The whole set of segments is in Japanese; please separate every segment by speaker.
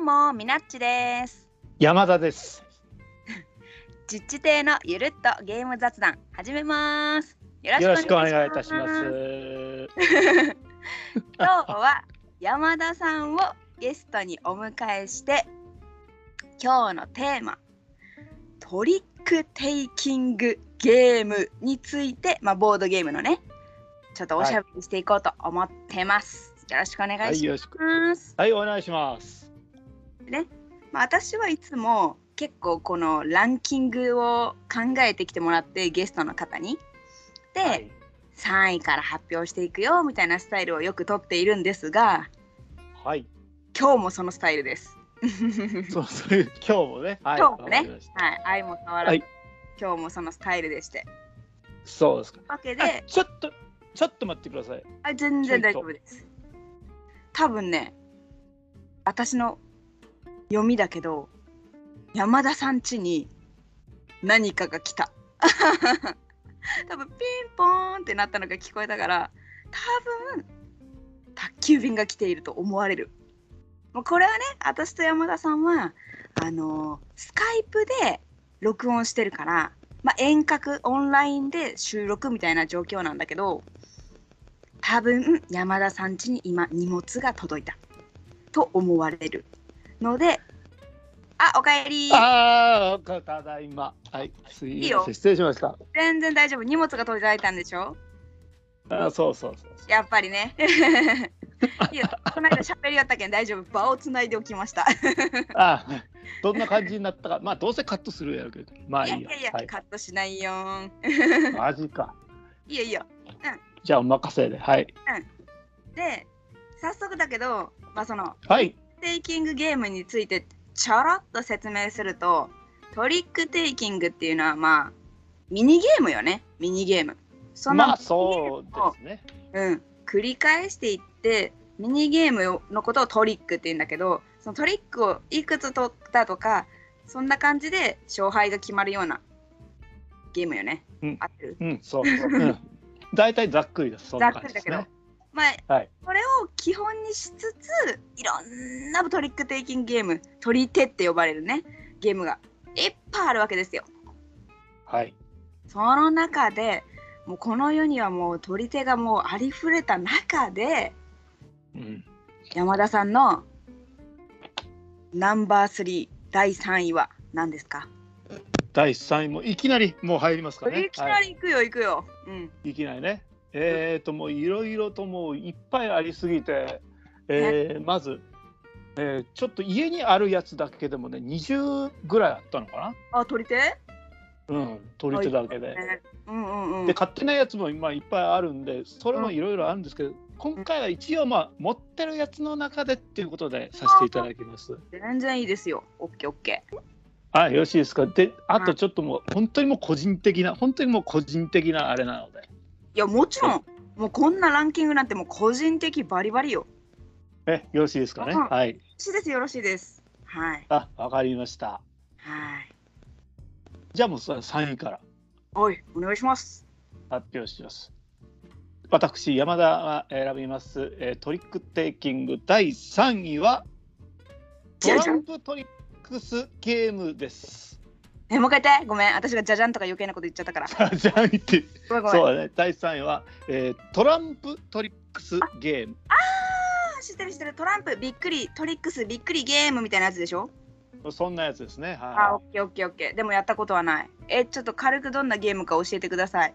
Speaker 1: もみなっちです
Speaker 2: 山田です。
Speaker 1: 実地亭のゆるっとゲーム雑談始めますよろ
Speaker 2: よろ
Speaker 1: し
Speaker 2: し
Speaker 1: く
Speaker 2: く
Speaker 1: お
Speaker 2: お
Speaker 1: 願
Speaker 2: 願
Speaker 1: い
Speaker 2: い
Speaker 1: い
Speaker 2: い
Speaker 1: た
Speaker 2: た
Speaker 1: し
Speaker 2: し
Speaker 1: ま
Speaker 2: ますす。
Speaker 1: 今日は山田さんをゲストにお迎えして今日のテーマトリックテイキングゲームについて、まあ、ボードゲームのねちょっとおしゃべりしていこうと思ってます、よろしくお願
Speaker 2: はいい、
Speaker 1: し
Speaker 2: よろしく。
Speaker 1: ます、
Speaker 2: はい、お願いします。
Speaker 1: まあ、私はいつも結構このランキングを考えてきてもらってゲストの方にで、
Speaker 2: はい、
Speaker 1: 3位から発表していくよみたいなスタイルをよくとっているんですが
Speaker 2: はい、
Speaker 1: 今日もそのスタイルです。
Speaker 2: そう、そういう、 今日もね。はい、
Speaker 1: 今日もね
Speaker 2: わかりました
Speaker 1: はい、愛も変わらず、
Speaker 2: はい
Speaker 1: 今日もそのスタイルでして。
Speaker 2: そうですか。
Speaker 1: わけ
Speaker 2: あ
Speaker 1: で、
Speaker 2: ちょっと、ちょっと待ってください。
Speaker 1: あ全然大丈夫です。多分ね、私の読みだけど、山田さん家に何かが来た。 多分ピンポーンってなったのが聞こえたから、多分宅急便が来ていると思われる。もうこれはね、私と山田さんは、あのスカイプで録音してるから、まあ、遠隔オンラインで収録みたいな状況なんだけど多分山田さん家に今荷物が届いたと思われるのであおかえり
Speaker 2: ああ、ただいま。はい、すい
Speaker 1: いい
Speaker 2: ま
Speaker 1: よ
Speaker 2: せん、失礼しました。
Speaker 1: 全然大丈夫荷物が届いたんでしょ
Speaker 2: あ、そうそうそうそう。
Speaker 1: やっぱりねいやこの間喋りよったけん大丈夫場をつないでおきました
Speaker 2: あー、どんな感じになったか、まあ、どうせカットするやろうけど。まあ、
Speaker 1: いや
Speaker 2: い
Speaker 1: い
Speaker 2: いや
Speaker 1: やいや、
Speaker 2: はい、
Speaker 1: カットしないよーん
Speaker 2: マジか。
Speaker 1: いいよいいよ
Speaker 2: じゃあ、お任せで。はい。
Speaker 1: で早速だけど、まあ、その
Speaker 2: はい。
Speaker 1: テイキングゲームについてちょろっと説明するとトリックテイキングっていうのはまあミニゲームよねミニゲームその
Speaker 2: まあ、そうですね。
Speaker 1: うん、繰り返していってミニゲームのことをトリックって言うんだけどそのトリックをいくつ取ったとかそんな感じで勝敗が決まるようなゲームよね、
Speaker 2: うん
Speaker 1: 合ってる
Speaker 2: うん、そう。 うん大体ざっくりです。そんな感じです
Speaker 1: ざっ
Speaker 2: ね
Speaker 1: く。まあ、
Speaker 2: はい
Speaker 1: これを基本にしつついろんなトリックテイキングゲーム取り手って呼ばれるねゲームがいっぱいあるわけですよ
Speaker 2: はい。
Speaker 1: その中でもうこの世にはもう取り手がもうありふれた中で
Speaker 2: うん。
Speaker 1: 山田さんのナンバー3第3位は何ですか、
Speaker 2: 第3位もいきなりもう入りますかね。
Speaker 1: いきなり行くよ行くよ、うん
Speaker 2: はい、いきなりね。えー、ともういろいろともういっぱいありすぎて、えーまず、えーちょっと家にあるやつだけでもね20ぐらいあったのか
Speaker 1: あ取り手、
Speaker 2: な、うん、取り手だけで。
Speaker 1: ねうんうんうん
Speaker 2: で勝手なやつも今いっぱいあるんでそれもいろいろあるんですけど、今回は一応まあ持ってるやつの中でっていうことでさせていただきます。
Speaker 1: 全然いいですよオッケーオッケー
Speaker 2: あよろしいですかであとちょっともう本当にもう個人的な本当にもう個人的なあれなので。
Speaker 1: いやもちろんもうこんなランキングなんてもう個人的バリバリよ
Speaker 2: え、よろしいですかね。
Speaker 1: うん
Speaker 2: はい。
Speaker 1: よろしいですよろしいですはい
Speaker 2: あ、わかりました。
Speaker 1: はい
Speaker 2: じゃあもうさ3位から
Speaker 1: おいお願いします
Speaker 2: 発表します。私、山田が選びます、えートリックテイキング第3位は、
Speaker 1: じ
Speaker 2: ト
Speaker 1: ゃ
Speaker 2: ラ
Speaker 1: じゃん
Speaker 2: ンプトリックスゲームです。
Speaker 1: えもう一回言ってごめん私がじゃじゃんとか余計なこと言っちゃったから
Speaker 2: あじゃあ見て、
Speaker 1: ごめんごめん
Speaker 2: そうだね。第3位は、えートランプトリックスゲーム。
Speaker 1: あ知ってる知ってるトランプびっくりトリックスびっくりゲームみたいなやつでしょ
Speaker 2: そんなやつですね。
Speaker 1: あ、オ
Speaker 2: は
Speaker 1: ッケーオッケーオッケー。でもやったことはない。え、ちょっと軽くどんなゲームか教えてください。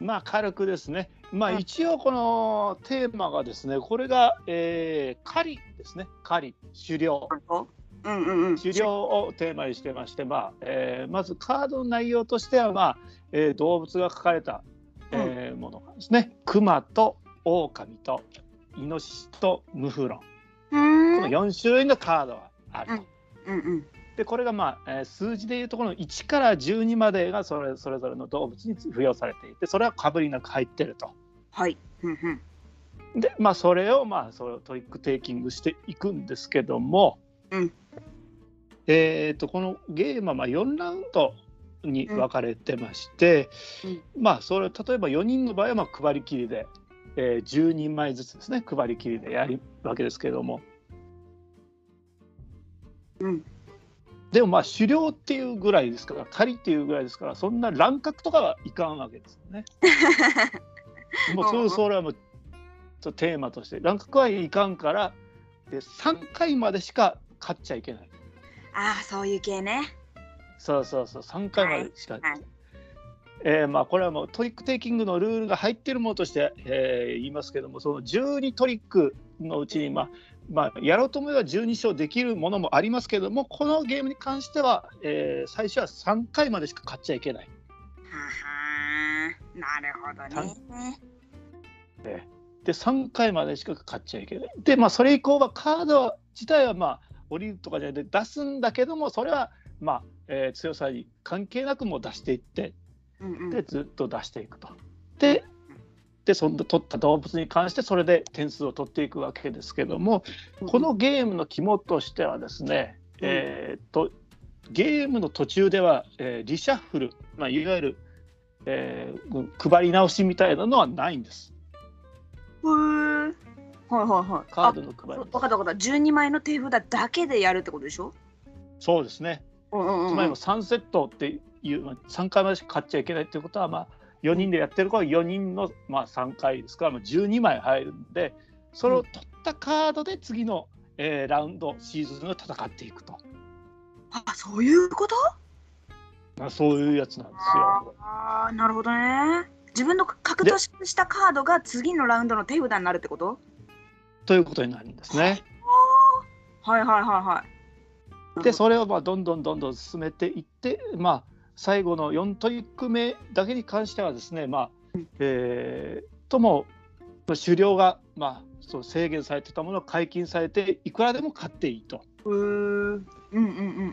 Speaker 2: い。まあ、軽くですね。まあ、
Speaker 1: うん
Speaker 2: 一応このテーマがですね、これが、えー狩りですね。狩り、狩猟。
Speaker 1: うんうんうん。
Speaker 2: 狩猟をテーマにしてまして、まあえーまずカードの内容としては、まあえー動物が書かれた、えーものがですね熊と狼とイノシシとムフロン
Speaker 1: うーん。
Speaker 2: この4種類のカードがあると。
Speaker 1: うんうん。
Speaker 2: でこれが、まあえー数字でいうところの1から12までがそれそれぞれの動物に付与されていてそれはかぶりなく入ってると。
Speaker 1: はい。うんうん。
Speaker 2: で、まあ、それを、まあ、それをトリックテイキングしていくんですけども、
Speaker 1: うん
Speaker 2: えー、とこのゲームはまあ4ラウンドに分かれてまして、
Speaker 1: うん
Speaker 2: まあ、それ例えば4人の場合はまあ配り切りで、えー10人前ずつですね配り切りでやるわけですけども
Speaker 1: うん
Speaker 2: でもまあ狩猟っていうぐらいですから狩りっていうぐらいですからそんな乱獲とかはいかんわけです よね。もう
Speaker 1: うん
Speaker 2: そううんそれはもうちょっとテーマとして乱獲はいかんからで3回までしか勝っちゃいけない。
Speaker 1: ああそういう系ね
Speaker 2: そうそうそう3回までしか、
Speaker 1: はい
Speaker 2: えーまあ、これはもうトリックテイキングのルールが入っているものとして、えー言いますけどもその12トリックのうちに、まあまあ、やろうと思えば12勝できるものもありますけどもこのゲームに関しては、えー最初は3回までしか勝っちゃいけない。
Speaker 1: ははーなるほどね
Speaker 2: で3回までしか勝っちゃいけない。でまあそれ以降はカード自体はまあ降りるとかじゃなくて出すんだけどもそれはまあ、えー強さに関係なくもう出していって
Speaker 1: うんうん
Speaker 2: でずっと出していくと。ででそんで取った動物に関してそれで点数を取っていくわけですけどもこのゲームの肝としてはですね、
Speaker 1: うん
Speaker 2: えーっとゲームの途中では、えーリシャッフル、まあ、いわゆる、えー配り直しみたいなのはないんです
Speaker 1: ふーはいはいはい
Speaker 2: カードの配り
Speaker 1: あ
Speaker 2: 直
Speaker 1: わ
Speaker 2: し
Speaker 1: かったわかった12枚の手札だけでやるってことでしょ
Speaker 2: そうですね
Speaker 1: うんうんうん
Speaker 2: つまりもう3セットっていうまあ3回までしか勝っちゃいけないっていうことは、まあ、4人でやってる子は4人の、まあ、3回ですから、まあ、12枚入るんでそれを取ったカードで次の、えーラウンドシーズンを戦っていくと、
Speaker 1: あそういうこと
Speaker 2: まあ、そういうやつなんですよ。
Speaker 1: ああなるほどね自分の格闘したカードが次のラウンドの手札になるってこと
Speaker 2: ということになるんですね。
Speaker 1: はいはいはいはい
Speaker 2: でそれをまあどんどんどんどん進めていって、まあ、最後の4トリック目だけに関してはですね、まあえーともまあ狩猟が、まあ、そう制限されてたものが解禁されていくらでも買っていいと。
Speaker 1: うーんうんうんう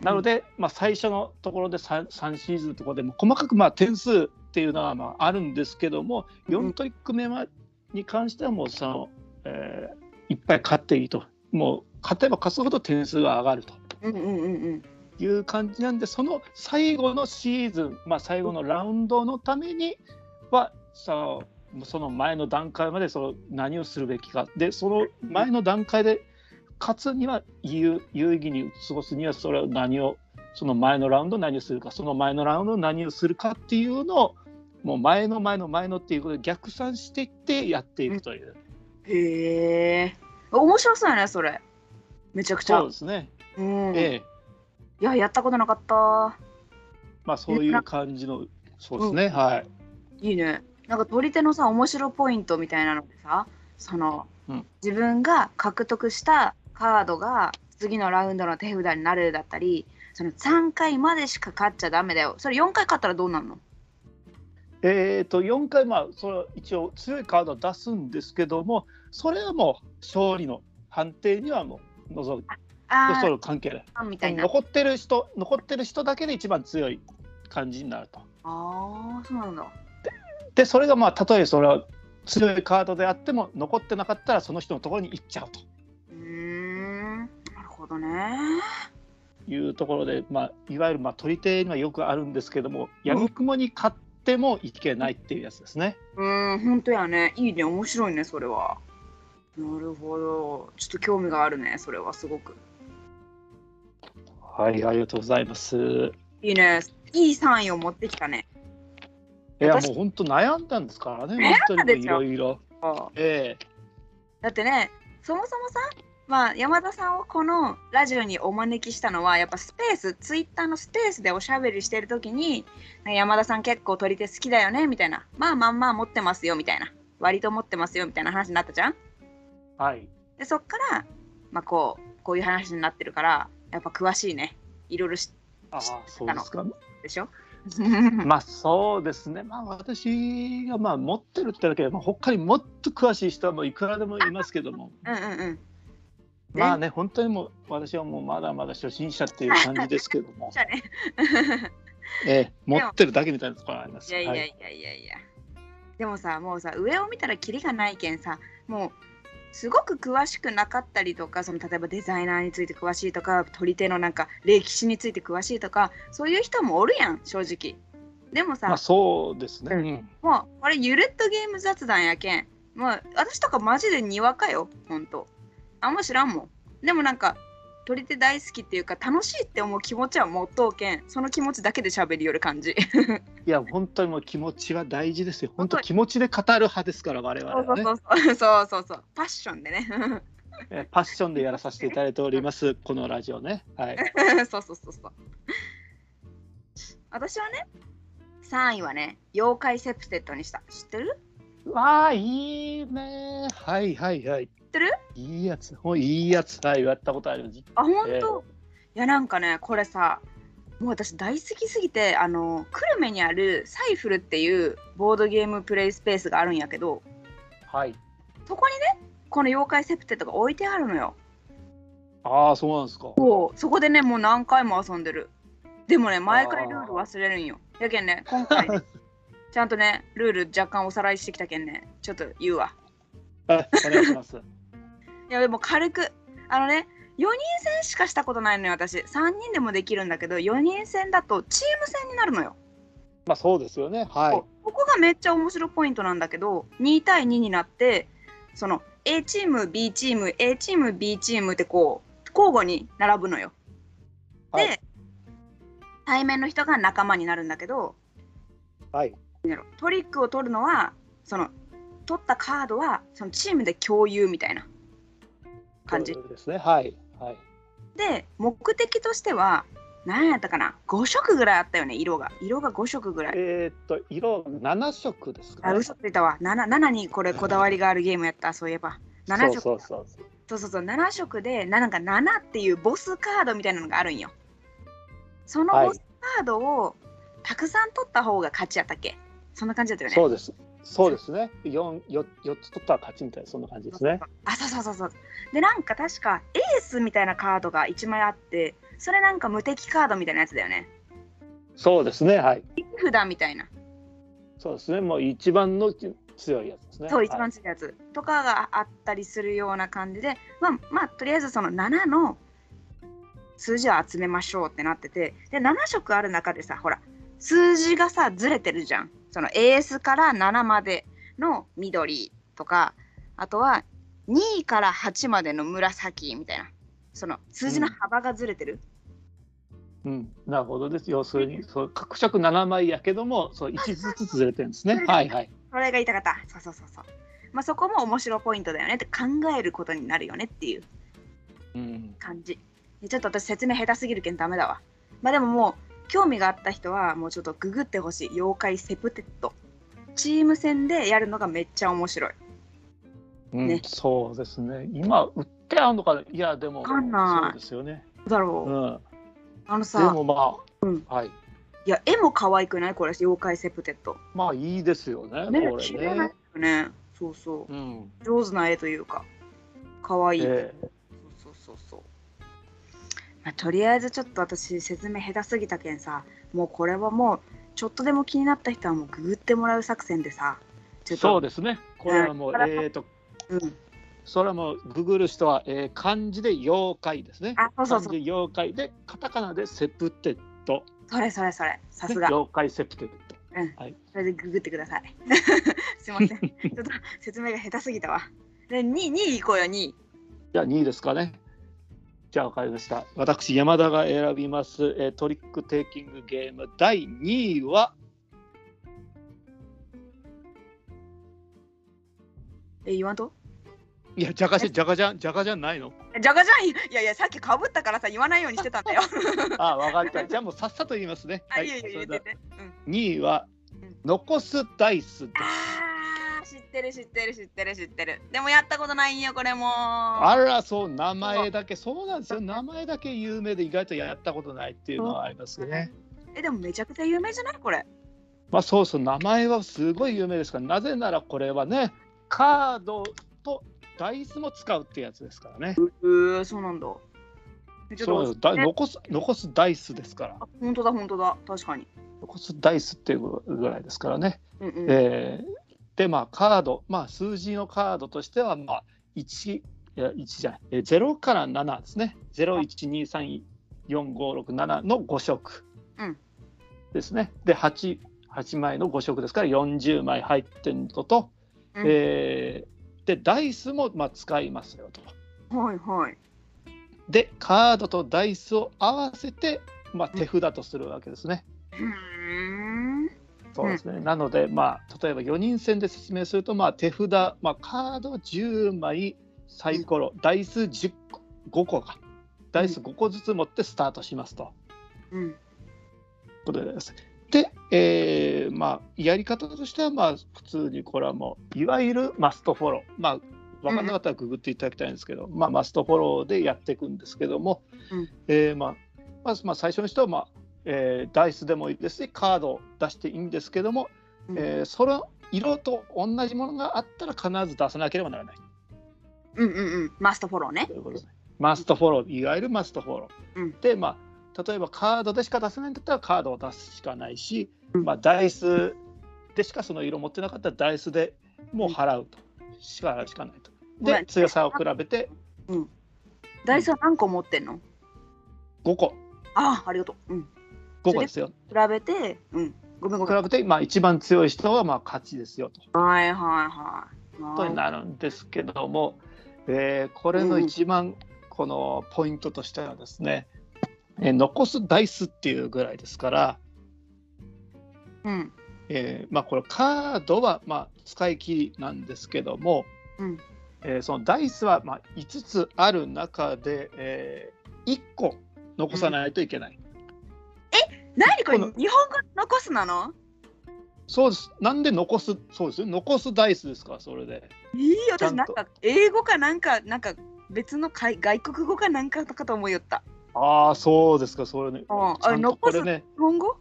Speaker 1: ん
Speaker 2: なの
Speaker 1: で
Speaker 2: で、まあ、最初のところで 3, 3シーズンのところでも細かくまあ点数っていうのはまああるんですけども
Speaker 1: う
Speaker 2: 4
Speaker 1: ん
Speaker 2: トリック目まに関してはもうその、えーいっぱい勝っていいともう勝てば勝つほど点数が上がると
Speaker 1: うんうんうんうん
Speaker 2: いう感じなんでその最後のシーズン、まあ、最後のラウンドのためにはそのその前の段階までその何をするべきかでその前の段階で勝つには有有意義に過ごすにはそれは何をその前のラウンド何をするかその前のラウンド何をするかっていうのをもう前の前の前のっていうことで逆算していってやっていくという、
Speaker 1: へえ面白そうやねそれめちゃくちゃ
Speaker 2: そうですね、
Speaker 1: うん、
Speaker 2: ええ
Speaker 1: いややったことなかった
Speaker 2: まあそういう感じのそうですね、はい、
Speaker 1: いいねなんか取り手のさ面白ポイントみたいなのでさその、
Speaker 2: うん
Speaker 1: 自分が獲得したカードが次のラウンドの手札になるだったりその3回までしか勝っちゃダメだよそれ4回勝ったらどうなるの
Speaker 2: えー、と4回、まあ、その一応強いカードを出すんですけどもそれはもう勝利の判定にはもう除く
Speaker 1: あ
Speaker 2: それ関係ない
Speaker 1: あみたいなあ
Speaker 2: 残ってる人残ってる人だけで一番強い感じになると
Speaker 1: あーそうなんだ
Speaker 2: でそれがまあたとえそれは強いカードであっても残ってなかったらその人のところに行っちゃうと
Speaker 1: うーんなるほどね
Speaker 2: いうところで、まあ、いわゆるまあ取り手にはよくあるんですけどもやみくもに勝ってもいけないっていうやつですね。
Speaker 1: うーん本当やねいいね面白いねそれはなるほどちょっと興味があるねそれはすごく
Speaker 2: はいありがとうございます。
Speaker 1: いいねいいサインを持ってきたね
Speaker 2: いやも
Speaker 1: 私
Speaker 2: う本当悩んだんですからね本当にもういろいろ。
Speaker 1: あー
Speaker 2: ええ
Speaker 1: だってねそもそもさ、まあ、山田さんをこのラジオにお招きしたのはやっぱスペースツイッターのスペースでおしゃべりしてる時になんか山田さん結構取り手好きだよねみたいなまあまあまあ持ってますよみたいな割と持ってますよみたいな話になったじゃん
Speaker 2: はい。
Speaker 1: でそっから、まあ、こうこういう話になってるからやっぱ詳しいねいろいろ知って
Speaker 2: ああ、そうですか。
Speaker 1: るでしょ
Speaker 2: まあ、そうですね。まあ、私がまあ、持ってるってだけで、まあ、他にもっと詳しい人はもういくらでもいますけども。
Speaker 1: うんうんうん
Speaker 2: まあね、本当にもう、私はもうまだまだ初心者っていう感じですけど も
Speaker 1: じ。ゃあね
Speaker 2: ええ、持ってるだけみたいなところがあります。
Speaker 1: いやいや
Speaker 2: はい
Speaker 1: いやいやいや、でもさもうさ上を見たらキリがないけんさもうすごく詳しくなかったりとかその例えばデザイナーについて詳しいとか取り手のなんか歴史について詳しいとかそういう人もおるやん正直でもさ、
Speaker 2: まあ、そうですね。うん
Speaker 1: もうこれゆるっとゲーム雑談やけんもう私とかマジでにわかよほんとあんま知らんもんでもなんか鳥って大好きっていうか楽しいって思う気持ちは持っとうけんその気持ちだけで喋りよる感じ
Speaker 2: いや本当にもう気持ちは大事ですよ本当気持ちで語る派ですから我々
Speaker 1: そう
Speaker 2: はね
Speaker 1: そうそうそうそうそうパッションでね
Speaker 2: えーパッションでやらさせていただいておりますこのラジオねはい
Speaker 1: そうそうそうそう私はね3位はね妖怪セプテッドにした知ってる
Speaker 2: わあいいねはいはいはい
Speaker 1: ってる
Speaker 2: いいやつもういいやつはいやったことあります
Speaker 1: あ本当、
Speaker 2: ええ
Speaker 1: いやなんかねこれさもう私大好きすぎてあの久留米にあるサイフルっていうボードゲームプレイスペースがあるんやけど
Speaker 2: はい
Speaker 1: そこにねこの妖怪セプテッドが置いてあるのよ
Speaker 2: ああそうなんですか
Speaker 1: そうそこでねもう何回も遊んでるでもね毎回ルール忘れるんよやけん ね今回ねちゃんとねルール若干おさらいしてきたけんねちょっと言うわ
Speaker 2: はいお願い します
Speaker 1: いやでも軽くあのね4人戦しかしたことないのよ私3人でもできるんだけど4人戦だとチーム戦になるのよ、
Speaker 2: まあそうですよねはい
Speaker 1: ここがめっちゃ面白いポイントなんだけど2対2になってその A チーム B チーム A チーム B チームってこう交互に並ぶのよで、
Speaker 2: はい
Speaker 1: 対面の人が仲間になるんだけど
Speaker 2: はい
Speaker 1: トリックを取るのはその取ったカードはそのチームで共有みたいな感じ
Speaker 2: そういうことですねはいはい
Speaker 1: で目的としては何やったかな5色ぐらいあったよね色が色が5色ぐらい
Speaker 2: えーっと色七色ですか、
Speaker 1: あ嘘ついたわ 7, 7にこれこだわりがあるゲームやったそういえば7色
Speaker 2: そうそうそう
Speaker 1: そうそうそう7色でななんか7っていうボスカードみたいなのがあるんよその
Speaker 2: はい
Speaker 1: ボスカードをたくさん取った方が勝ちやったっけそんな感じだったよね
Speaker 2: そうです。そうですね。四四四つ取ったら勝ちみたいなそんな感じですね。
Speaker 1: あそうそうそうそうでなんか確かエースみたいなカードが1枚あってそれなんか無敵カードみたいなやつだよね
Speaker 2: そうですね。はい。
Speaker 1: 手札みたいな
Speaker 2: そうですね。もう一番の強いやつですね。
Speaker 1: そう一番
Speaker 2: 強
Speaker 1: 強いやつとかがあったりするような感じで、まあ、まあとりあえずその7の数字を集めましょうってなっててで7色ある中でさほら数字がさずれてるじゃんその AS から7までの緑とかあとは2位から8までの紫みたいなその数字の幅がずれてる、
Speaker 2: い。うん。なるほどです。要するにそう各色七枚やけども、そう一ずつずれてるんですね。はいはい。
Speaker 1: それが言いたかったそうそうそうそうまあそこも面白ポイントだよねって考えることになるよねっていう
Speaker 2: うん。
Speaker 1: 感じちょっと私説明下手すぎるけんダメだわまあでももう興味があった人はもうちょっとググってほしい妖怪セプテッドチーム戦でやるのがめっちゃ面白い
Speaker 2: うん
Speaker 1: ね
Speaker 2: そうですね。今売ってあるのかな。いやでも
Speaker 1: わかんない
Speaker 2: そうですよね。
Speaker 1: どうだろ
Speaker 2: う
Speaker 1: う、
Speaker 2: ん。
Speaker 1: あの
Speaker 2: で
Speaker 1: さ
Speaker 2: もまあ、
Speaker 1: うん
Speaker 2: はい。
Speaker 1: いや絵も可愛くないこれ妖怪セプテッド
Speaker 2: まあいいですよね。
Speaker 1: ね
Speaker 2: こ
Speaker 1: 綺
Speaker 2: れ
Speaker 1: 麗な絵
Speaker 2: ね
Speaker 1: だ。よねそうそ
Speaker 2: うん。
Speaker 1: う上手な絵というか可愛い、
Speaker 2: ええ
Speaker 1: そうそうそうそう、まあ、とりあえずちょっと私説明下手すぎたけんさもうこれはもうちょっとでも気になった人はもうググってもらう作戦でさちょっと
Speaker 2: そうですね。これはもう
Speaker 1: うん
Speaker 2: えーっと
Speaker 1: うん、
Speaker 2: それはもうググる人は、えー漢字で妖怪ですね。
Speaker 1: あそうそうそう
Speaker 2: 漢字で妖怪でカタカナでセプテッド。
Speaker 1: それそれそれ、さす
Speaker 2: ね
Speaker 1: が。
Speaker 2: 妖怪セプテッド。
Speaker 1: それでググってください。 すいません。ちょっと説明が下手すぎたわ。で、2位、2位行こうよ、2位。
Speaker 2: じゃあ2位ですかね。じゃあわかりました。私山田が選びます、えートリックテイキングゲーム第2位は
Speaker 1: え、言わんと
Speaker 2: いやじゃかしじゃかじゃんじゃかじゃんないの。
Speaker 1: じゃがじゃん、いやいや、さっきかぶったからさ、言わないようにしてたんだよ。
Speaker 2: あわかり た。じゃあもうさっさと言いますね。
Speaker 1: あ、いいよ、いい
Speaker 2: そ
Speaker 1: よ、
Speaker 2: れ
Speaker 1: 言
Speaker 2: で
Speaker 1: っ
Speaker 2: は
Speaker 1: てて。うん。
Speaker 2: 2位は
Speaker 1: うん
Speaker 2: 残すダイスです。
Speaker 1: あー、知ってる、知ってる、知ってる、知ってる。でもやったことないんよ、これも。
Speaker 2: あらそう名前だけそうなんですよ名前だけ有名で意外とやったことないっていうのはありますよね。
Speaker 1: え、でもめちゃくちゃ有名じゃないこれ。
Speaker 2: まあ、そうそう名前はすごい有名ですからなぜならこれはねカードとダイスも使うってやつですからね。
Speaker 1: うー、そうなんだ。えちょっと
Speaker 2: そうですだ残す残すダイスですから
Speaker 1: あ本当だ、本当だ。確かに。
Speaker 2: 残すダイスっていうぐらいですからね。
Speaker 1: うんうん。
Speaker 2: えーでまあカード、まあ、数字のカードとしては、まあ、1, いや1じゃないえー0から7ですね0123456の5色
Speaker 1: うん
Speaker 2: ですね。で 8, 8枚の5色ですから40枚入ってるのと。
Speaker 1: うん
Speaker 2: えーでダイスもまあ使いますよと。
Speaker 1: はいはい。
Speaker 2: でカードとダイスを合わせて、まあ、
Speaker 1: うん
Speaker 2: 手札とするわけですね。
Speaker 1: ふーん
Speaker 2: そうですね、なので、まあ、例えば4人戦で説明すると、まあ、手札、まあ、カード10枚サイコロ、ダイス10個5個かダイス5個ずつ持ってスタートしますと。
Speaker 1: うん
Speaker 2: ということです。で、えーまあ、やり方としては、まあ、普通にこれはもう、いわゆるマストフォロー。まあ、分かんなかったらググっていただきたいんですけど、まあ、マストフォローでやっていくんですけども、
Speaker 1: うん
Speaker 2: えーまあ、まず、まあ、最初の人は、まあ、えーダイスでもいいですし、カードを出していいんですけども、
Speaker 1: うん
Speaker 2: えーその色と同じものがあったら必ず出さなければならない
Speaker 1: うんうんうんマストフォローね
Speaker 2: ということですね。マストフォロー、いわゆるマストフォロー。
Speaker 1: うん
Speaker 2: で、まあ、例えばカードでしか出せないんだったらカードを出すしかないし、
Speaker 1: うん
Speaker 2: まあ、ダイスでしかその色持ってなかったらダイスでもう払うとしか払うしかないと。
Speaker 1: う
Speaker 2: で、
Speaker 1: ん
Speaker 2: 強さを比べて
Speaker 1: ダイスは何個持ってんの
Speaker 2: 5個、
Speaker 1: ああありがとううん
Speaker 2: 5個ですよ。
Speaker 1: 比べてうんごめんご
Speaker 2: 比
Speaker 1: めん
Speaker 2: べて、まあ、一番強い人はまあ勝ちですよという
Speaker 1: はいはいはい
Speaker 2: ことになるんですけども、えーこれの一番このポイントとしてはですね、えー残すダイスっていうぐらいですから、
Speaker 1: うん
Speaker 2: えーまあ、これカードはまあ使い切りなんですけども、
Speaker 1: うん
Speaker 2: えーそのダイスはまあ5つある中で、え1個残さないといけない、
Speaker 1: 何これ
Speaker 2: この
Speaker 1: 日本語残すなの
Speaker 2: そうですなんで残すそうですよ残すダイスですからそれで
Speaker 1: いい
Speaker 2: ちゃ
Speaker 1: 私
Speaker 2: んと
Speaker 1: なんか英語かなんかなんか別の外外国語かなんかとかと思いよった
Speaker 2: ああそうですかそれねち
Speaker 1: あ
Speaker 2: ゃんとこれね
Speaker 1: 日本語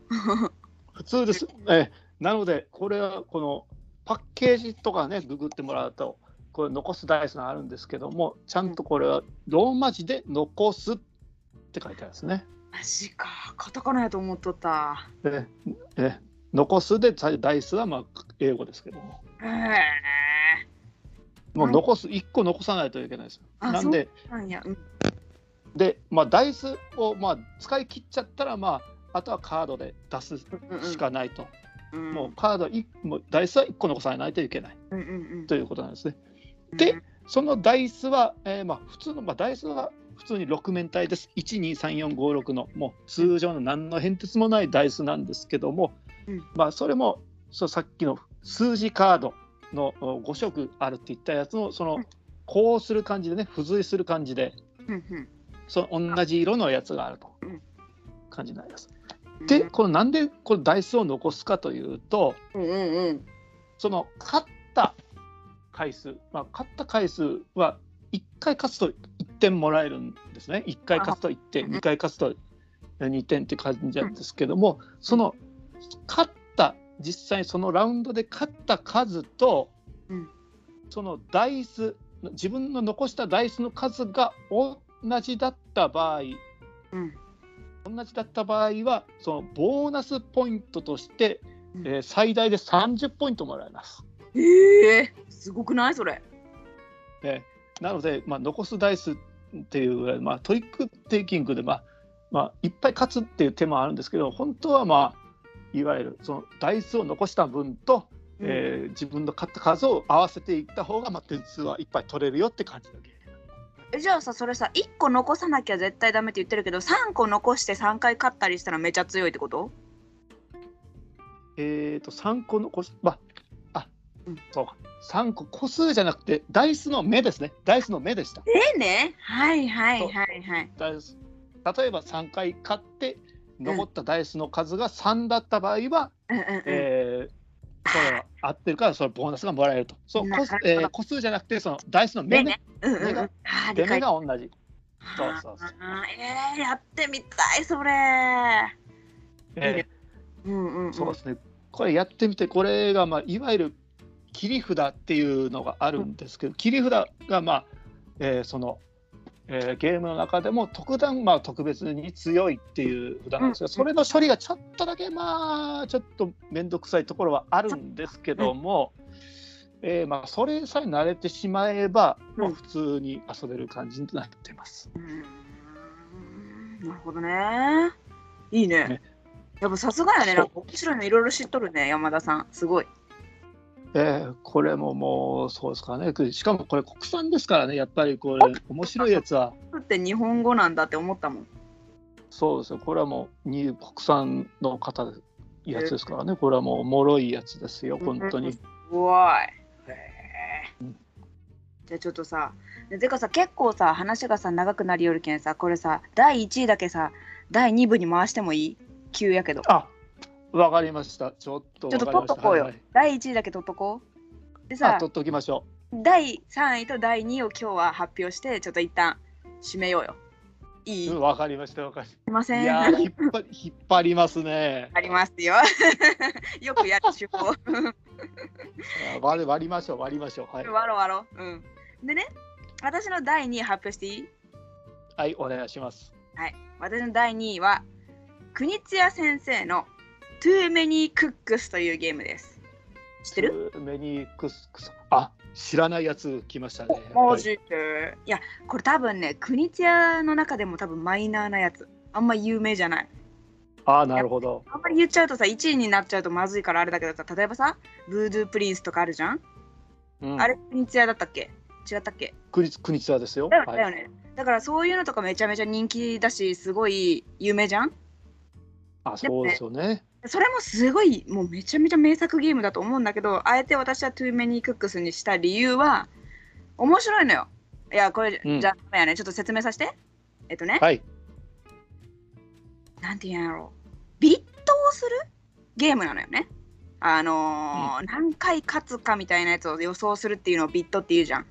Speaker 2: 普通です、えーなのでこれはこのパッケージとかねググってもらうとこれ残すダイスがあるんですけどもちゃんとこれはローマ字で残すって書いてあるんですね
Speaker 1: マジかカタカナやと思っとった
Speaker 2: ええ残すでさダイスはまあ英語ですけども
Speaker 1: へえ
Speaker 2: もう
Speaker 1: はい
Speaker 2: 残す1個残さないといけないですよ。
Speaker 1: あ
Speaker 2: なんで
Speaker 1: なんやうん
Speaker 2: で、まあ、ダイスをまあ使い切っちゃったら、まあ、あとはカードで出す
Speaker 1: うんうん
Speaker 2: しかないと、
Speaker 1: うん
Speaker 2: もうカードいもうダイスは1個残さないといけない
Speaker 1: うんうんうん
Speaker 2: ということなんですね。でそのダイスは、えーまあ、普通の、まあ、ダイスは普通に6面体です123456のもう通常の何の変哲もないダイスなんですけども、
Speaker 1: うん
Speaker 2: まあ、それもそうさっきの数字カードのお5色あるって言ったやつのその
Speaker 1: うん
Speaker 2: こうする感じでね付随する感じで
Speaker 1: うんうん
Speaker 2: その同じ色のやつがあると
Speaker 1: うん
Speaker 2: 感じになりま
Speaker 1: う
Speaker 2: す。
Speaker 1: ん
Speaker 2: でこのなんでこのダイスを残すかというと、
Speaker 1: うんうんうん
Speaker 2: その勝った回数、まあ、勝った回数は1回勝つと1点もらえるんですね。1回勝つと1点、
Speaker 1: うん
Speaker 2: 2回勝つと2点って感じなんですけども、その勝った、実際にそのラウンドで勝った数と、
Speaker 1: うん
Speaker 2: そのダイス、自分の残したダイスの数が同じだった場合、
Speaker 1: うん
Speaker 2: 同じだった場合は、そのボーナスポイントとして、
Speaker 1: うん
Speaker 2: えー最大で30ポイントもらえます。
Speaker 1: ええすごくないそれ
Speaker 2: ね、なので、まあ、残すダイスっていうぐらい、まあ、トリックテイキングで、まあまあ、いっぱい勝つっていう手もあるんですけど本当は、まあ、いわゆるそのダイスを残した分と、えー自分の勝った数を合わせていった方が、まあ、点数はいっぱい取れるよって感じだけ
Speaker 1: えじゃあさそれさ1個残さなきゃ絶対ダメって言ってるけど3個残して3回勝ったりしたらめちゃ強いってこと
Speaker 2: えー、と3個残す、まああ
Speaker 1: うん
Speaker 2: そうか3個個数じゃなくてダイスの目ですねダイスの目でした。
Speaker 1: ええねはいはいはいはい
Speaker 2: ダイス例えば3回勝って残ったダイスの数が3だった場合は、
Speaker 1: うんうんうん
Speaker 2: えー、それは合ってるからそのボーナスがもらえると。そう
Speaker 1: な
Speaker 2: 個数,、
Speaker 1: な
Speaker 2: え
Speaker 1: るほ
Speaker 2: ー
Speaker 1: ど
Speaker 2: 個数じゃなくてそのダイスの目ね。
Speaker 1: うんうん
Speaker 2: 目
Speaker 1: うん、
Speaker 2: が
Speaker 1: あー
Speaker 2: 出
Speaker 1: でか
Speaker 2: 目
Speaker 1: い
Speaker 2: が同じ。そうそうそう
Speaker 1: あーえー、やってみたいそれいい
Speaker 2: え
Speaker 1: ねうんうん、う
Speaker 2: ー
Speaker 1: ん、
Speaker 2: そうですね。これやってみてこれがまあいわゆる切り札っていうのがあるんですけど、切り札がまあ、えーその。えーゲームの中でも特段、まあ、特別に強いっていう札なんですが、
Speaker 1: うん
Speaker 2: それの処理がちょっとだけまあちょっと面倒くさいところはあるんですけども、えーまあ、それさえ慣れてしまえば、もう普通に遊べる感じになっています。
Speaker 1: うーんなるほどねいいね
Speaker 2: ね
Speaker 1: やっぱさすがやね
Speaker 2: そう
Speaker 1: なんか面白いのいろいろ知っとるね山田さんすごい
Speaker 2: えーこれももうそうですかねしかもこれ国産ですからねやっぱりこれ面白いやつは
Speaker 1: だって日本語なんだって思ったもん。
Speaker 2: そうですよこれはもうに国産の方ですやつですからねこれはもうおもろいやつですよ本当に
Speaker 1: すごい。へえじゃあちょっとさ、てかさ、結構さ、話がさ、長くなりよるけんさ、これさ、第1位だけさ、第2部に回してもいい急やけど。ち
Speaker 2: あわかりましたちょっと
Speaker 1: ょっと取っとこうよ。第1位だけ取っとこう。で
Speaker 2: さあ
Speaker 1: さ、
Speaker 2: 取っときましょ
Speaker 1: 第3位と第2位を今日は発表して、ちょっと一旦締めようよ。いい、
Speaker 2: う
Speaker 1: す
Speaker 2: う
Speaker 1: い
Speaker 2: んわかりましたわかり
Speaker 1: ません。
Speaker 2: いやー引っ張り 引っ張りますね
Speaker 1: ありますよ。 よくやる手法。
Speaker 2: あ割り割りましょう割りましょうはい
Speaker 1: わろわろ。うん。でね、私の第2位発表していい
Speaker 2: はいお願いします
Speaker 1: はい。私の第2位は、国津屋先生の Too Many Cooks というゲームです。知ってる
Speaker 2: メニークスクスあ知らないやつ来ましたね
Speaker 1: マジでいや、これ多分ね、国津屋の中でも多分マイナーなやつ。あんま有名じゃない。
Speaker 2: ああなるほど
Speaker 1: あんまり言っちゃうとさ、1位になっちゃうとまずいからあれだけどさ、例えばさ、ブードゥープリンスとかあるじゃん、
Speaker 2: うん
Speaker 1: あれ国津屋だったっけ違ったっけ
Speaker 2: 国国ツアーですよ
Speaker 1: だよね,、
Speaker 2: はい
Speaker 1: だよねだからそういうのとかめちゃめちゃ人気だしすごい有名じゃん
Speaker 2: あそうですよね
Speaker 1: それもすごいもうめちゃめちゃ名作ゲームだと思うんだけどあえて私は Too Many Cooks にした理由は面白いのよいやこれ、
Speaker 2: うん
Speaker 1: じゃあダメやねちょっと説明させてえっとね、
Speaker 2: はい
Speaker 1: なんて言うんやろうビットをするゲームなのよねあのー何回勝つかみたいなやつを予想するっていうのをビットって言うじゃん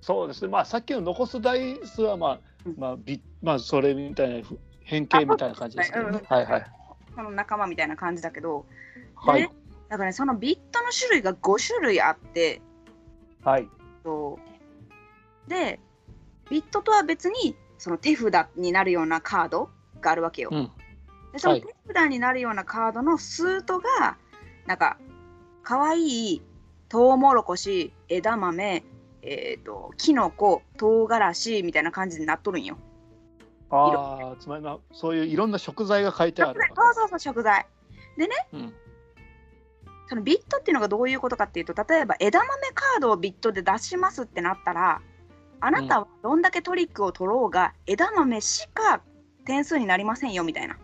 Speaker 2: そうですねまあさっきの残す台数はまあ
Speaker 1: うん
Speaker 2: まあびまあそれみたいなふ変形みたいな感じですけどね
Speaker 1: あ
Speaker 2: はいはい
Speaker 1: その仲間みたいな感じだけど
Speaker 2: は
Speaker 1: で
Speaker 2: い
Speaker 1: ねだからねそのビットの種類が5種類あって
Speaker 2: はい
Speaker 1: そうでビットとは別にその手札になるようなカードがあるわけよ、
Speaker 2: うん
Speaker 1: でその
Speaker 2: はい
Speaker 1: 手札になるようなカードのスートがなんかかわいいトウモロコシ枝豆えー、とキノコ唐辛子みたいな感じになっとるんよ。
Speaker 2: ああつまりなそういういろんな食材が書いてある
Speaker 1: そうそうそう食材。
Speaker 2: うん
Speaker 1: そのビットっていうのがどういうことかっていうと例えば枝豆カードをビットで出しますってなったらあなたはどんだけトリックを取ろうが、枝豆しか点数になりませんよみたいな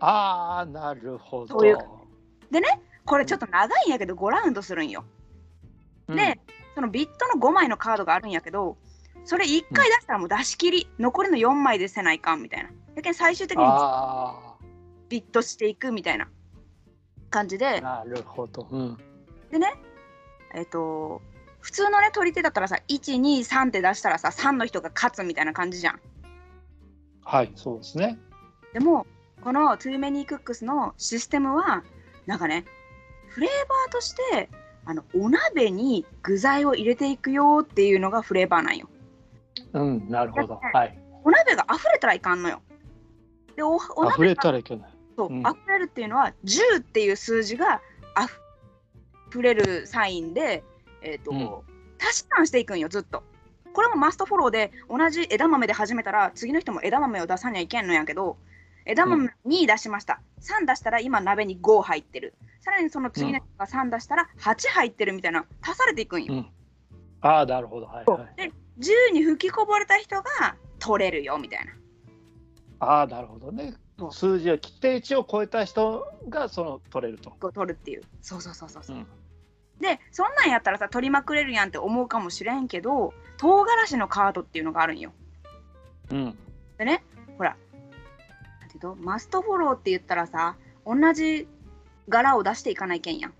Speaker 2: ああなるほど
Speaker 1: そういうこれちょっと長いんやけど5ラウンドするんよ
Speaker 2: うん
Speaker 1: でそのビットの5枚のカードがあるんやけどそれ1回出したらもう出し切り、残りの4枚でせないかんみたいなだけど最終的に
Speaker 2: あ
Speaker 1: ビットしていくみたいな感じ
Speaker 2: あ
Speaker 1: で
Speaker 2: なるほどうん
Speaker 1: えっ、と普通のね取り手だったらさ123って出したらさ3の人が勝つみたいな感じじゃん
Speaker 2: はいそうですね
Speaker 1: でもこの Too Many Cooks のシステムはなんかねフレーバーとしてあのお鍋に具材を入れていくよっていうのがフレーバーなんよ
Speaker 2: うんなるほど
Speaker 1: だっ
Speaker 2: はい
Speaker 1: お鍋が溢れたらいかんのよでおお
Speaker 2: 溢
Speaker 1: 鍋
Speaker 2: れ
Speaker 1: が
Speaker 2: たらいけない
Speaker 1: そう
Speaker 2: うん
Speaker 1: 溢れるっていうのは10っていう数字があふれるサインで、えーと
Speaker 2: うん
Speaker 1: 足し算していくんよずっと。これもマストフォローで同じ枝豆で始めたら次の人も枝豆を出さにゃいけんのやけど枝豆2出しました、3出したら今鍋に5入ってるさらにその次の人が3出したら8入ってるみたいな足されていくんよ。
Speaker 2: うんああなるほどはいはい
Speaker 1: 10に吹きこぼれた人が取れるよみたいな。
Speaker 2: ああなるほどね
Speaker 1: そう
Speaker 2: 数字は規定値を超えた人がその取れると
Speaker 1: こう取るっていうそうそうそうそうそう、
Speaker 2: うん
Speaker 1: でそんなんやったらさ取りまくれるやんって思うかもしれんけど唐辛子のカードっていうのがあるんよ
Speaker 2: うん
Speaker 1: でねほらなんていうのマストフォローって言ったらさ同じ柄を出していかないけんやん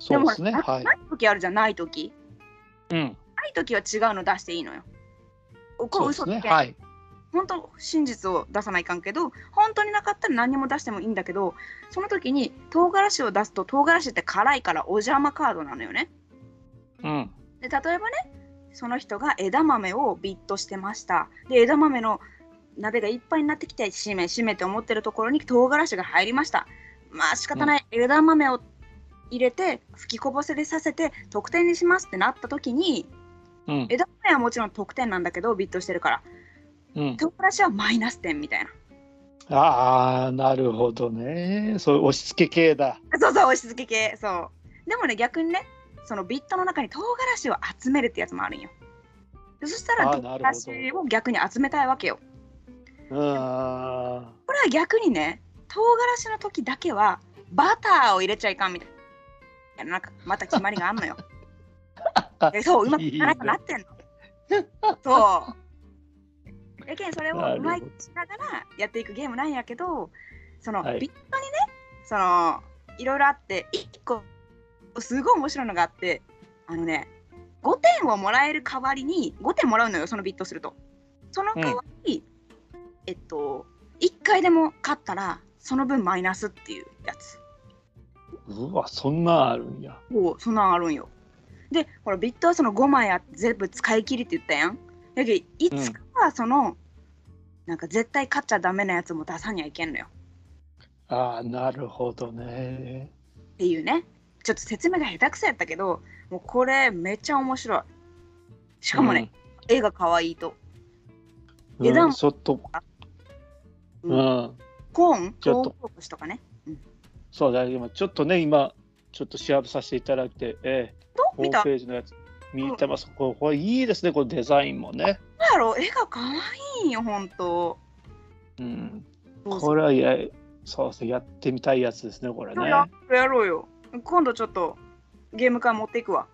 Speaker 2: そうですね
Speaker 1: もほら
Speaker 2: はい
Speaker 1: なない時あるじゃんない時
Speaker 2: うん
Speaker 1: ない時は違うの出していいのよおこ
Speaker 2: そう
Speaker 1: れ嘘
Speaker 2: です
Speaker 1: つけ
Speaker 2: ね
Speaker 1: ん、
Speaker 2: はい
Speaker 1: 本当真実を出さないかんけど本当になかったら何にも出してもいいんだけどその時に唐辛子を出すと唐辛子って辛いからお邪魔カードなのよね
Speaker 2: うん
Speaker 1: で例えばねその人が枝豆をビットしてましたで枝豆の鍋がいっぱいになってきてしめしめって思ってるところに唐辛子が入りましたまあ仕方ない、枝豆を入れて吹きこぼせでさせて得点にしますってなった時に
Speaker 2: うん
Speaker 1: 枝豆はもちろん得点なんだけどビットしてるから
Speaker 2: うん
Speaker 1: 唐辛子はマイナス点みたいな
Speaker 2: ああなるほどねそういう押し付け系だ
Speaker 1: そうそう押し付け系そうでもね逆にねそのビットの中に唐辛子を集めるってやつもあるんよでそしたら
Speaker 2: あ
Speaker 1: 唐
Speaker 2: ーなるほど
Speaker 1: 辛子を逆に集めたいわけよ
Speaker 2: あ
Speaker 1: これは逆にね唐辛子の時だけはバターを入れちゃいかんみたいななんかまた決まりがあんの よでそううまくいかなくなってんのそうやけんそれを
Speaker 2: なるほ
Speaker 1: う
Speaker 2: ど
Speaker 1: まいことしながらやっていくゲームなんやけどその、
Speaker 2: はい
Speaker 1: ビットにねそのいろいろあって1個すごい面白いのがあってあのね5点をもらえる代わりに5点もらうのよそのビットするとその代わり、えっと1回でも勝ったらその分マイナスっていうやつ
Speaker 2: ーうわそんなんあるんや
Speaker 1: おうそんなんあるんよでほらビットはその5枚あ全部使い切りって言ったやんだけどいつかはその、なんか絶対勝っちゃダメなやつも出さにはいけんのよ
Speaker 2: ああなるほどね
Speaker 1: っていうねちょっと説明が下手くそやったけどもうこれめっちゃ面白いしかもね、絵が可愛いと
Speaker 2: うん、
Speaker 1: 値段
Speaker 2: うんちょっと
Speaker 1: う
Speaker 2: うんん、
Speaker 1: コーン
Speaker 2: ちょっ
Speaker 1: ト
Speaker 2: と
Speaker 1: ウモロコシとかね
Speaker 2: そうだ今ちょっとね今ちょっと調べさせていただいて、ええホー
Speaker 1: 見
Speaker 2: ム
Speaker 1: た
Speaker 2: ページのやつ見てます、これこれいいですねこのデザインもね、
Speaker 1: なんやろ絵が可愛いんよほんと
Speaker 2: うん、
Speaker 1: そう
Speaker 2: これはいやそうそうやってみたいやつですねこれね
Speaker 1: や
Speaker 2: あ
Speaker 1: やろうよ今度ちょっとゲーム会持っていくわ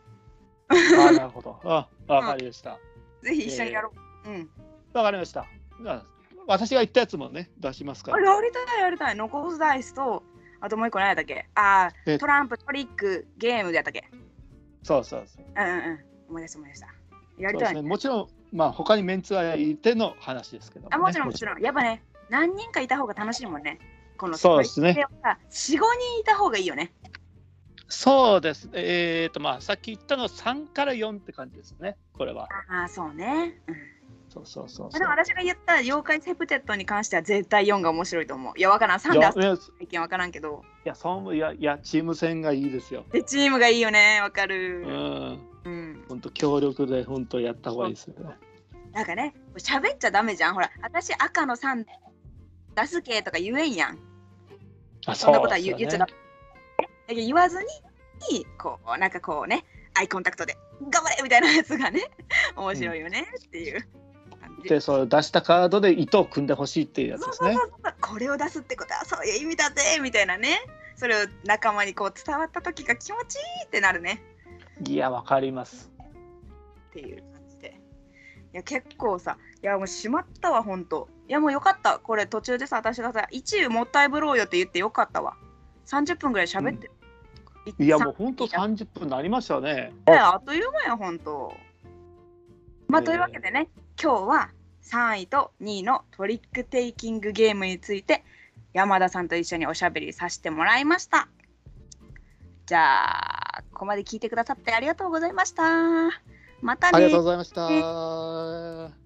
Speaker 2: ーなるほどあわかりました
Speaker 1: ぜひ一緒にやろう、うん
Speaker 2: わかりましたじゃあ私が言ったやつもね出しますか
Speaker 1: あ
Speaker 2: ら
Speaker 1: やりたいやりたい残すダイスとあともう一個何やったっけあー
Speaker 2: え
Speaker 1: トランプトリックゲームでやったっけ
Speaker 2: そうそうそう
Speaker 1: うんうんうん思い出した思い出したやり
Speaker 2: そうで
Speaker 1: た
Speaker 2: す
Speaker 1: い、
Speaker 2: ねもちろんまあ他にメンツがいての話ですけども、ね、
Speaker 1: あもちろんもちろんやっぱね何人かいた方が楽しいもんねこの
Speaker 2: そうですね
Speaker 1: 45人いた方がいいよね
Speaker 2: そうですえっ、とまあさっき言ったの3から4って感じですねこれは
Speaker 1: ああそうね、うん
Speaker 2: そうそうそう
Speaker 1: ま
Speaker 2: そ
Speaker 1: あ
Speaker 2: う
Speaker 1: でも私が言った妖怪セプテットに関しては絶対4が面白いと思ういやわからん3
Speaker 2: い
Speaker 1: で
Speaker 2: や
Speaker 1: 遊
Speaker 2: いや
Speaker 1: ぶ意見わからんけど
Speaker 2: いやそう思ういやいやチーム戦がいいですよ。
Speaker 1: でチームがいいよねわか
Speaker 2: う
Speaker 1: る
Speaker 2: ん、
Speaker 1: うん
Speaker 2: 本当協力で本当やった方がいいですよね。
Speaker 1: なんかね、喋っちゃダメじゃん。ほら、私赤の3出すけとか言えんやん。
Speaker 2: あ
Speaker 1: そんな
Speaker 2: う
Speaker 1: ことは
Speaker 2: です
Speaker 1: 言,、
Speaker 2: よね
Speaker 1: 言っちゃダメ。だけど言わずに、こう、なんかこうね、アイコンタクトで、頑張れみたいなやつがね、面白いよねっていう感じ。
Speaker 2: でそう出したカードで糸を組んでほしいっていうやつ
Speaker 1: そ
Speaker 2: で
Speaker 1: う
Speaker 2: す
Speaker 1: そう
Speaker 2: ね
Speaker 1: そ。うそうこれを出すってことはそういう意味だぜみたいなね。それを仲間にこう伝わった時が気持ちいいってなるね
Speaker 2: いやわかります。
Speaker 1: っていう感じで。いや結構さ、いやもうしまったわ、ほんと。いやもうよかった、これ途中でさ、私がさ、一湯もったいぶろうよって言ってよかったわ。30分ぐらい喋ってる。
Speaker 2: いやもう本当
Speaker 1: さん
Speaker 2: 三十分になりましたね。
Speaker 1: いやあっという間や、ほんと。まあ、
Speaker 2: えー
Speaker 1: というわけでね、今日は3位と2位のトリックテイキングゲームについて、山田さんと一緒におしゃべりさせてもらいました。じゃあ、ここまで聞いてくださってありがとうございました。またね
Speaker 2: ありがとうございました。